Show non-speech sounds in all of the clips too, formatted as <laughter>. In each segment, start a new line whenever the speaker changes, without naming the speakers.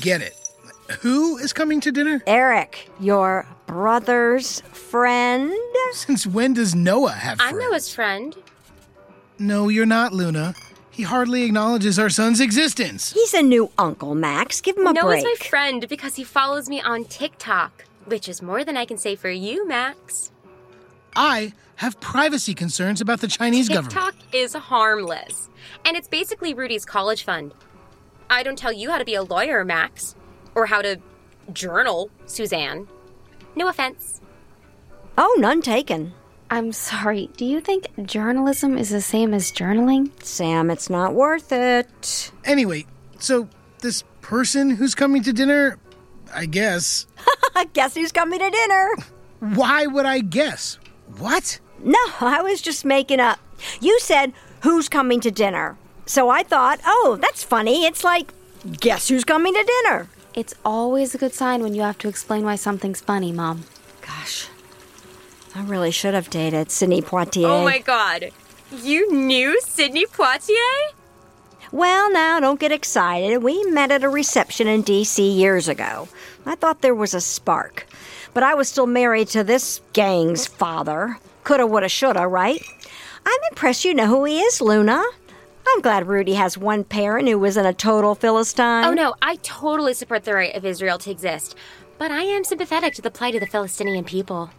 get it. Who is coming to dinner?
Eric, your brother's friend?
Since when does Noah have
I'm
friends?
Noah's friend.
No, you're not, Luna. He hardly acknowledges our son's existence.
He's a new uncle, Max. Give him a
Noah's
break.
my friend because he follows me on TikTok, which is more than I can say for you, Max.
I have privacy concerns about the Chinese government.
TikTok is harmless, and it's basically Rudy's college fund. I don't tell you how to be a lawyer, Max, or how to journal, Suzanne. No offense.
oh, none taken.
I'm sorry, do you think journalism is the same as journaling?
Sam, it's not worth it. <laughs>
Anyway, so this person who's coming to dinner, I guess.
Guess who's coming to dinner? <laughs>
Why would I guess? What?
No, I was just making up. You said, Who's coming to dinner? So I thought, Oh, that's funny. It's like, Guess who's coming to dinner?
It's always a good sign when you have to explain why something's funny, Mom.
Gosh, I really should have dated Sidney Poitier.
Oh my god. You knew Sydney Poitier?
Well, now don't get excited. We met at a reception in D.C. years ago. I thought there was a spark, but I was still married to this gang's father. Coulda, woulda, shoulda, right? I'm impressed you know who he is, Luna. I'm glad Rudy has one parent who isn't a total Philistine.
Oh no, I totally support the right of Israel to exist, but I am sympathetic to the plight of the Palestinian people.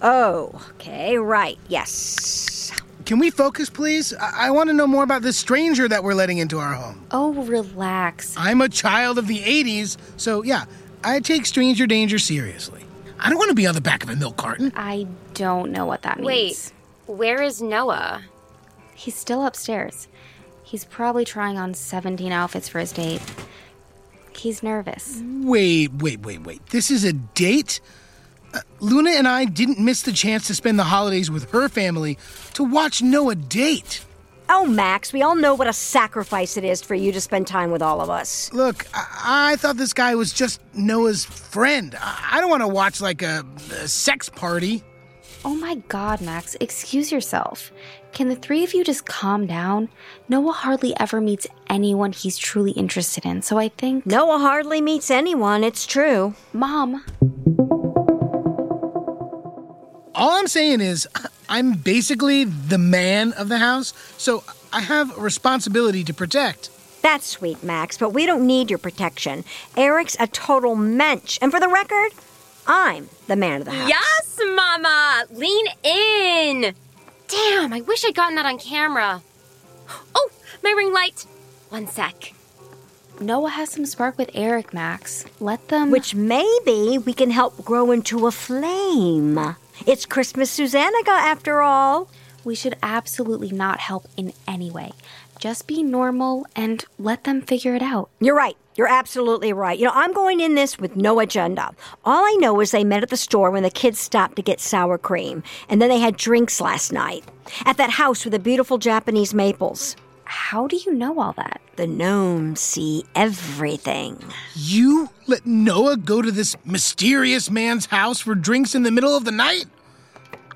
Oh, okay, right, yes.
Can we focus, please? I, I want to know more about this stranger that we're letting into our home.
Oh, relax.
I'm a child of the 80s, so yeah, I take stranger danger seriously. I don't want to be on the back of a milk carton.
I don't know what that means.
Wait, where is Noah?
He's still upstairs. He's probably trying on 17 outfits for his date. He's nervous.
Wait, wait, wait, wait. This is a date? Uh, Luna and I didn't miss the chance to spend the holidays with her family to watch Noah date.
Oh, Max, we all know what a sacrifice it is for you to spend time with all of us.
Look, I, I thought this guy was just Noah's friend. I, I don't want to watch like a, a sex party.
Oh my god, Max, excuse yourself. Can the three of you just calm down? Noah hardly ever meets anyone he's truly interested in, so I think.
Noah hardly meets anyone, it's true.
Mom,
All I'm saying is, I'm basically the man of the house, so I have a responsibility to protect.
That's sweet, Max, but we don't need your protection. Eric's a total mensch. And for the record, I'm the man of the house.
Yes, Mama! Lean in! Damn, I wish I'd gotten that on camera. Oh, my ring light! One sec.
Noah has some spark with Eric, Max. Let them.
Which maybe we can help grow into a flame. It's Christmas Susannica after all.
we should absolutely not help in any way. Just be normal and let them figure it out.
You're right. You're absolutely right. You know, I'm going in this with no agenda. All I know is they met at the store when the kids stopped to get sour cream, and then they had drinks last night at that house with the beautiful Japanese maples.
How do you know all that?
The gnomes see everything.
You let Noah go to this mysterious man's house for drinks in the middle of the night?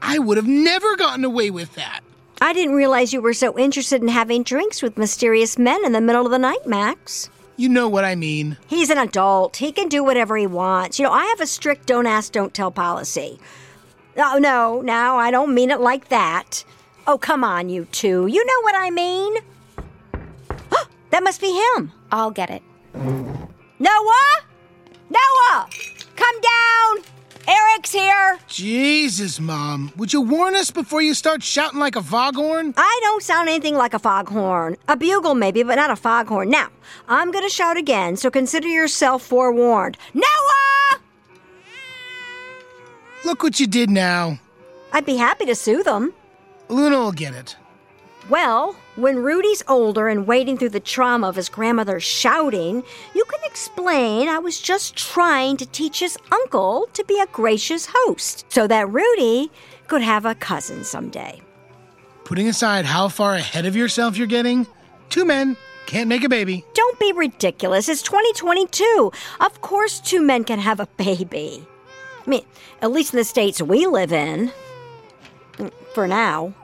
I would have never gotten away with that.
I didn't realize you were so interested in having drinks with mysterious men in the middle of the night, Max.
You know what I mean.
He's an adult. He can do whatever he wants. You know, I have a strict don't ask, don't tell policy. Oh, no, no, I don't mean it like that. Oh, come on, you two. You know what I mean. <gasps> that must be him.
I'll get it.
Noah? Noah! Come down! Eric's here.
Jesus, Mom, would you warn us before you start shouting like a foghorn?
I don't sound anything like a foghorn. A bugle, maybe, but not a foghorn. Now, I'm going to shout again, so consider yourself forewarned. Noah!
Look what you did now.
I'd be happy to soothe him.
Luna will get it.
Well, when Rudy's older and wading through the trauma of his grandmother's shouting, you can explain I was just trying to teach his uncle to be a gracious host so that Rudy could have a cousin someday.
Putting aside how far ahead of yourself you're getting, two men can't make a baby.
Don't be ridiculous. It's 2022. Of course, two men can have a baby. I mean, at least in the states we live in. Mm, For now.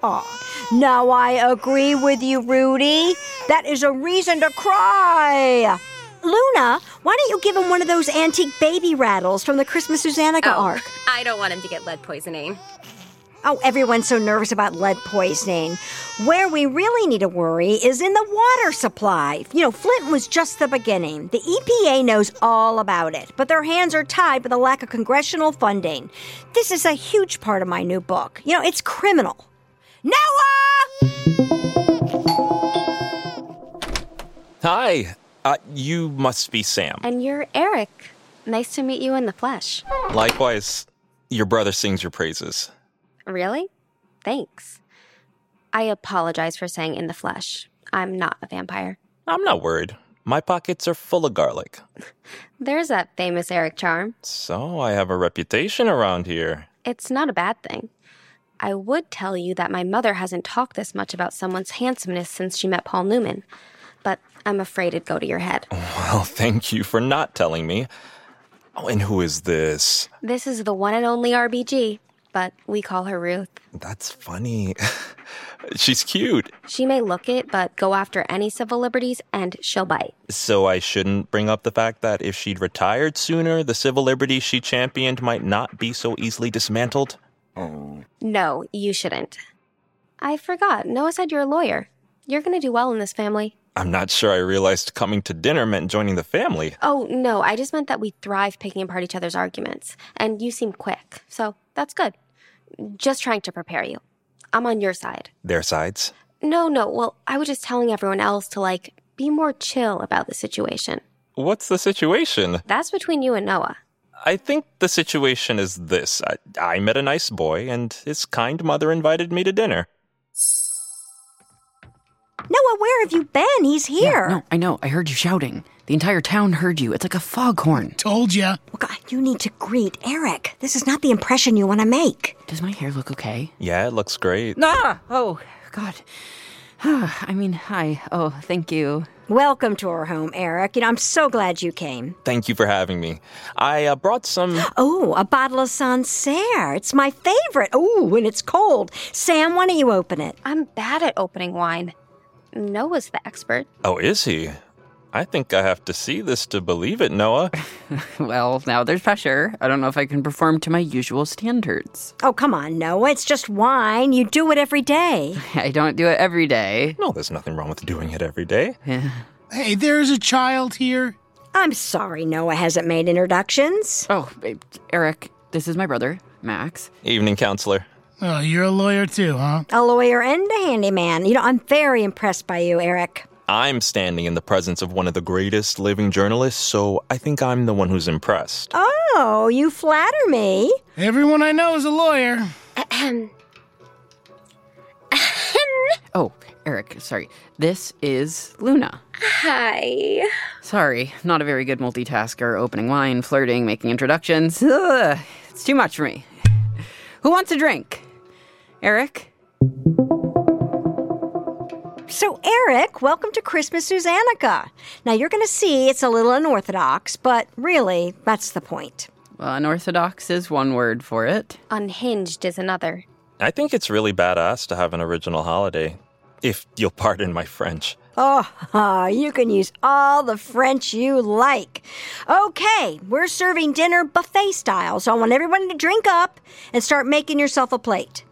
Oh, no, I agree with you, Rudy. That is a reason to cry. Luna, why don't you give him one of those antique baby rattles from the Christmas Susannica arc?
I don't want him to get lead poisoning.
Oh, everyone's so nervous about lead poisoning. Where we really need to worry is in the water supply. You know, Flint was just the beginning. The EPA knows all about it, but their hands are tied by the lack of congressional funding. This is a huge part of my new book. You know, it's criminal. Noah!
Hi. Uh, you must be Sam.
And you're Eric. Nice to meet you in the flesh.
Likewise, your brother sings your praises.
Really? Thanks. I apologize for saying in the flesh. I'm not a vampire.
I'm not worried. My pockets are full of garlic.
There's that famous Eric charm.
So I have a reputation around here. <laughs>
It's not a bad thing. I would tell you that my mother hasn't talked this much about someone's handsomeness since she met Paul Newman, but I'm afraid it'd go to your head.
Well, Oh, thank you for not telling me. Oh, and who is this?
This is the one and only RBG, but we call her Ruth.
That's funny. <laughs> She's cute.
She may look it, but go after any civil liberties and she'll bite.
So I shouldn't bring up the fact that if she'd retired sooner, the civil liberties she championed might not be so easily dismantled?
No, you shouldn't. I forgot. Noah said you're a lawyer. You're going to do well in this family.
I'm not sure I realized coming to dinner meant joining the family.
Oh, no, I just meant that we thrive picking apart each other's arguments, and you seem quick, so that's good. Just trying to prepare you. I'm on your side.
Their sides?
No, no, well, I was just telling everyone else to, like, be more chill about the situation.
What's the situation?
That's between you and Noah.
I think the situation is this I, I met a nice boy, and his kind mother invited me to dinner.
Noah, where have you been? He's here.
No, I know. I heard you shouting. The entire town heard you. It's like a foghorn.
Told ya.
Well, God, you need to greet Eric. This is not the impression you want to make.
Does my hair look okay?
Yeah, it looks great.
Ah! Oh, God. <sighs> I mean, hi. Oh, thank you.
Welcome to our home, Eric. You know, I'm so glad you came.
Thank you for having me. I uh, brought some.
Oh, a bottle of Sancerre. It's my favorite. Oh, and it's cold. Sam, why don't you open it?
I'm bad at opening wine. Noah's the expert.
Oh, is he? I think I have to see this to believe it, Noah.
Well, now there's pressure. I don't know if I can perform to my usual standards.
Oh, come on, Noah. It's just wine. You do it every day.
I don't do it every day.
No, there's nothing wrong with doing it every day.
Hey, there's a child here.
I'm sorry Noah hasn't made introductions.
Oh, babe, Eric, this is my brother, Max.
Evening, counselor.
Oh, you're a lawyer too, huh?
A lawyer and a handyman. You know, I'm very impressed by you, Eric.
I'm standing in the presence of one of the greatest living journalists, so I think I'm the one who's impressed.
Oh, you flatter me.
Everyone I know is a lawyer.
Oh, Eric, sorry. This is Luna.
Hi.
Sorry, not a very good multitasker. Opening wine, flirting, making introductions. Ugh, it's too much for me. Who wants a drink? Eric?
So, Eric, welcome to Christmas Susannica. Now, you're going to see it's a little unorthodox, but really, that's the point.
Well, unorthodox is one word for it.
Unhinged is another.
I think it's really badass to have an original holiday, if you'll pardon my French.
Oh, <laughs> you can use all the French you like. Okay, we're serving dinner buffet style, so I want everyone to drink up and start making yourself a plate.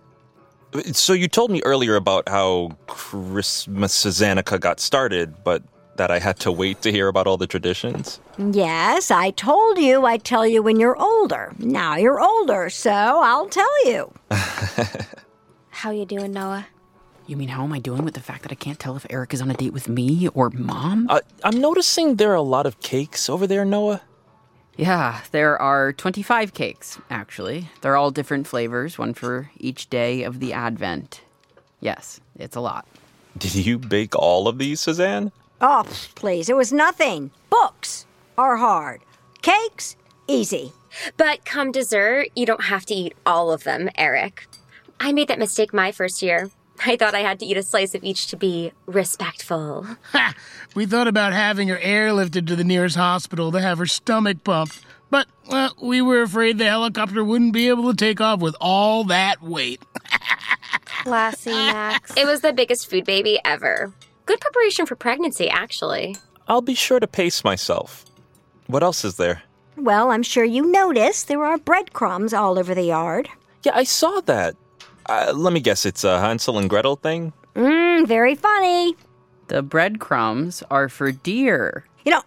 So you told me earlier about how Christmas Suzanica got started, but that I had to wait to hear about all the traditions.
Yes, I told you I'd tell you when you're older. Now you're older, so I'll tell you.
How you doing, Noah?
You mean, how am I doing with the fact that I can't tell if Eric is on a date with me or mom?
Uh, I'm noticing there are a lot of cakes over there, Noah.
Yeah, there are 25 cakes, actually. They're all different flavors, one for each day of the Advent. Yes, it's a lot.
Did you bake all of these, Suzanne?
Oh, pff, please, it was nothing. Books are hard, cakes, easy.
But come dessert, you don't have to eat all of them, Eric. I made that mistake my first year. I thought I had to eat a slice of each to be respectful.
Ha! We thought about having her airlifted to the nearest hospital to have her stomach pumped, but well, we were afraid the helicopter wouldn't be able to take off with all that weight.
Classy, Max.
<laughs> It was the biggest food baby ever. Good preparation for pregnancy, actually.
I'll be sure to pace myself. What else is there?
Well, I'm sure you noticed there are breadcrumbs all over the yard.
Yeah, I saw that. Uh, let me guess, it's a Hansel and Gretel thing?
Mm, very funny.
The breadcrumbs are for deer.
You know,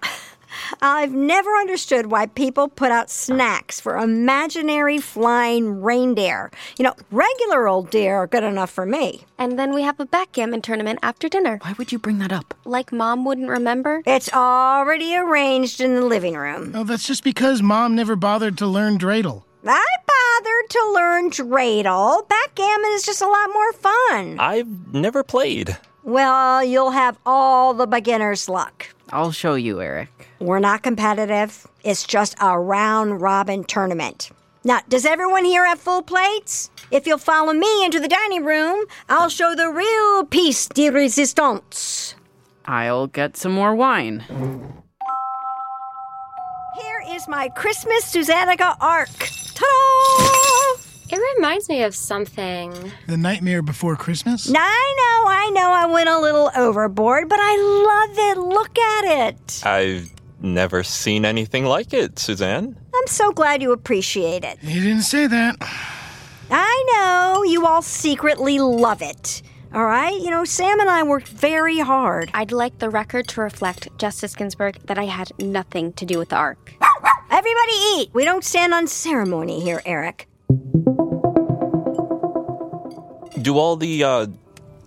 I've never understood why people put out snacks for imaginary flying reindeer. You know, regular old deer are good enough for me.
And then we have a backgammon tournament after dinner.
Why would you bring that up?
Like mom wouldn't remember.
It's already arranged in the living room.
Oh, that's just because mom never bothered to learn dreidel.
I bothered to learn dreidel. Backgammon is just a lot more fun.
I've never played.
Well, you'll have all the beginner's luck.
I'll show you, Eric.
We're not competitive. It's just a round robin tournament. Now, does everyone here have full plates? If you'll follow me into the dining room, I'll show the real piece de resistance.
I'll get some more wine.
Here is my Christmas Susannica arc. Ta da!
It reminds me of something.
The Nightmare Before Christmas?
Now, I know, I know I went a little overboard, but I love it. Look at it.
I've never seen anything like it, Suzanne.
I'm so glad you appreciate it.
He didn't say that.
I know you all secretly love it. All right? You know, Sam and I worked very hard.
I'd like the record to reflect, Justice Ginsburg, that I had nothing to do with the arc.
Everybody eat. We don't stand on ceremony here, Eric.
Do all the uh,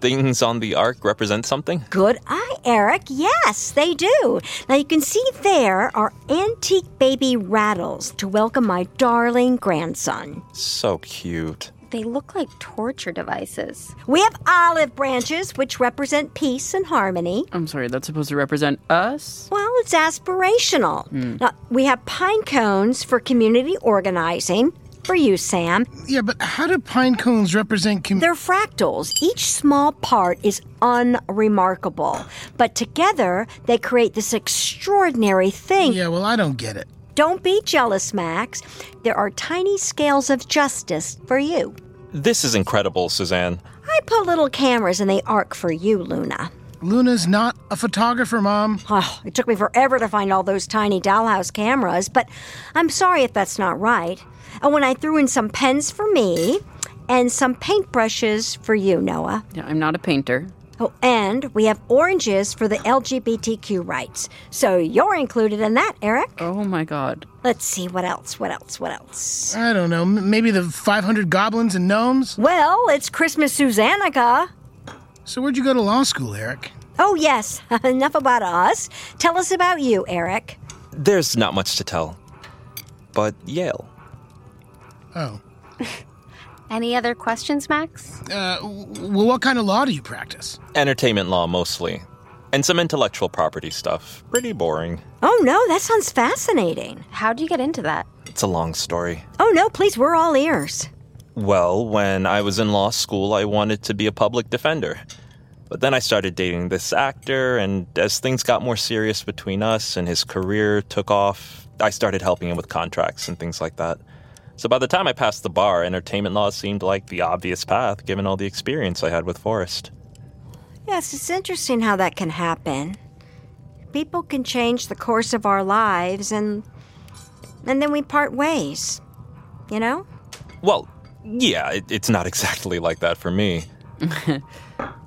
things on the ark represent something?
Good eye, Eric. Yes, they do. Now you can see there are antique baby rattles to welcome my darling grandson.
So cute.
They look like torture devices.
We have olive branches, which represent peace and harmony.
I'm sorry, that's supposed to represent us?
Well, it's aspirational. Now, we have pine cones for community organizing. For you, Sam.
Yeah, but how do pine cones represent com-
They're fractals. Each small part is unremarkable, but together they create this extraordinary thing.
Yeah, well, I don't get it.
Don't be jealous, Max. There are tiny scales of justice for you.
This is incredible, Suzanne.
I put little cameras in the ark for you, Luna.
Luna's not a photographer, mom.
Oh, it took me forever to find all those tiny dollhouse cameras, but I'm sorry if that's not right. And when I threw in some pens for me and some paintbrushes for you, Noah.
Yeah, I'm not a painter.
Oh, and we have oranges for the LGBTQ rights. So you're included in that, Eric.
Oh my god.
Let's see what else, what else, what else.
I don't know. m- Maybe the 500 goblins and gnomes?
Well, it's Christmas Susannica.
So, where'd you go to law school, Eric?
Oh, yes, <laughs> enough about us. Tell us about you, Eric.
There's not much to tell. But Yale.
Oh.
Any other questions, Max?
Uh, w- well, what kind of law do you practice?
Entertainment law mostly. And some intellectual property stuff. Pretty boring.
Oh, no, that sounds fascinating.
How'd you get into that?
It's a long story.
Oh, no, please, we're all ears.
Well, when I was in law school, I wanted to be a public defender. But then I started dating this actor, and as things got more serious between us and his career took off, I started helping him with contracts and things like that. So by the time I passed the bar, entertainment law seemed like the obvious path given all the experience I had with Forrest.
Yes, it's interesting how that can happen. People can change the course of our lives and and then we part ways. You know?
Well, yeah, it, it's not <laughs> exactly like that for me.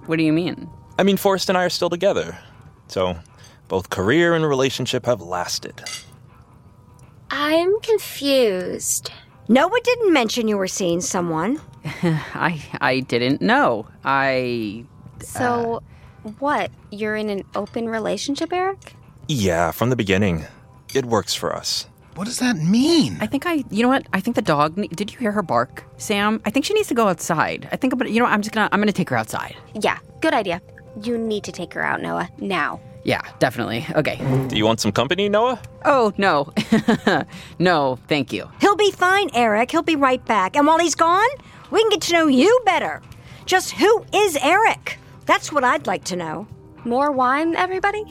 What do you mean?
I mean, Forrest and I are still together. So both career and relationship have lasted.
I'm confused.
Noah didn't mention you were seeing someone.
I I didn't know. I
So, what? You're in an open relationship, Eric?
Yeah, from the beginning. It works for us.
What does that mean?
I think I you know what? I think the dog ne- did you hear her bark? Sam, I think she needs to go outside. I think about you know what? I'm just going to I'm going to take her outside.
Yeah, good idea. You need to take her out, Noah, now.
Yeah, definitely. Okay.
Do you want some company, Noah?
Oh, no. <laughs> no, thank you.
He'll be fine, Eric. He'll be right back. And while he's gone, we can get to know you better. Just who is Eric? That's what I'd like to know.
More wine, everybody?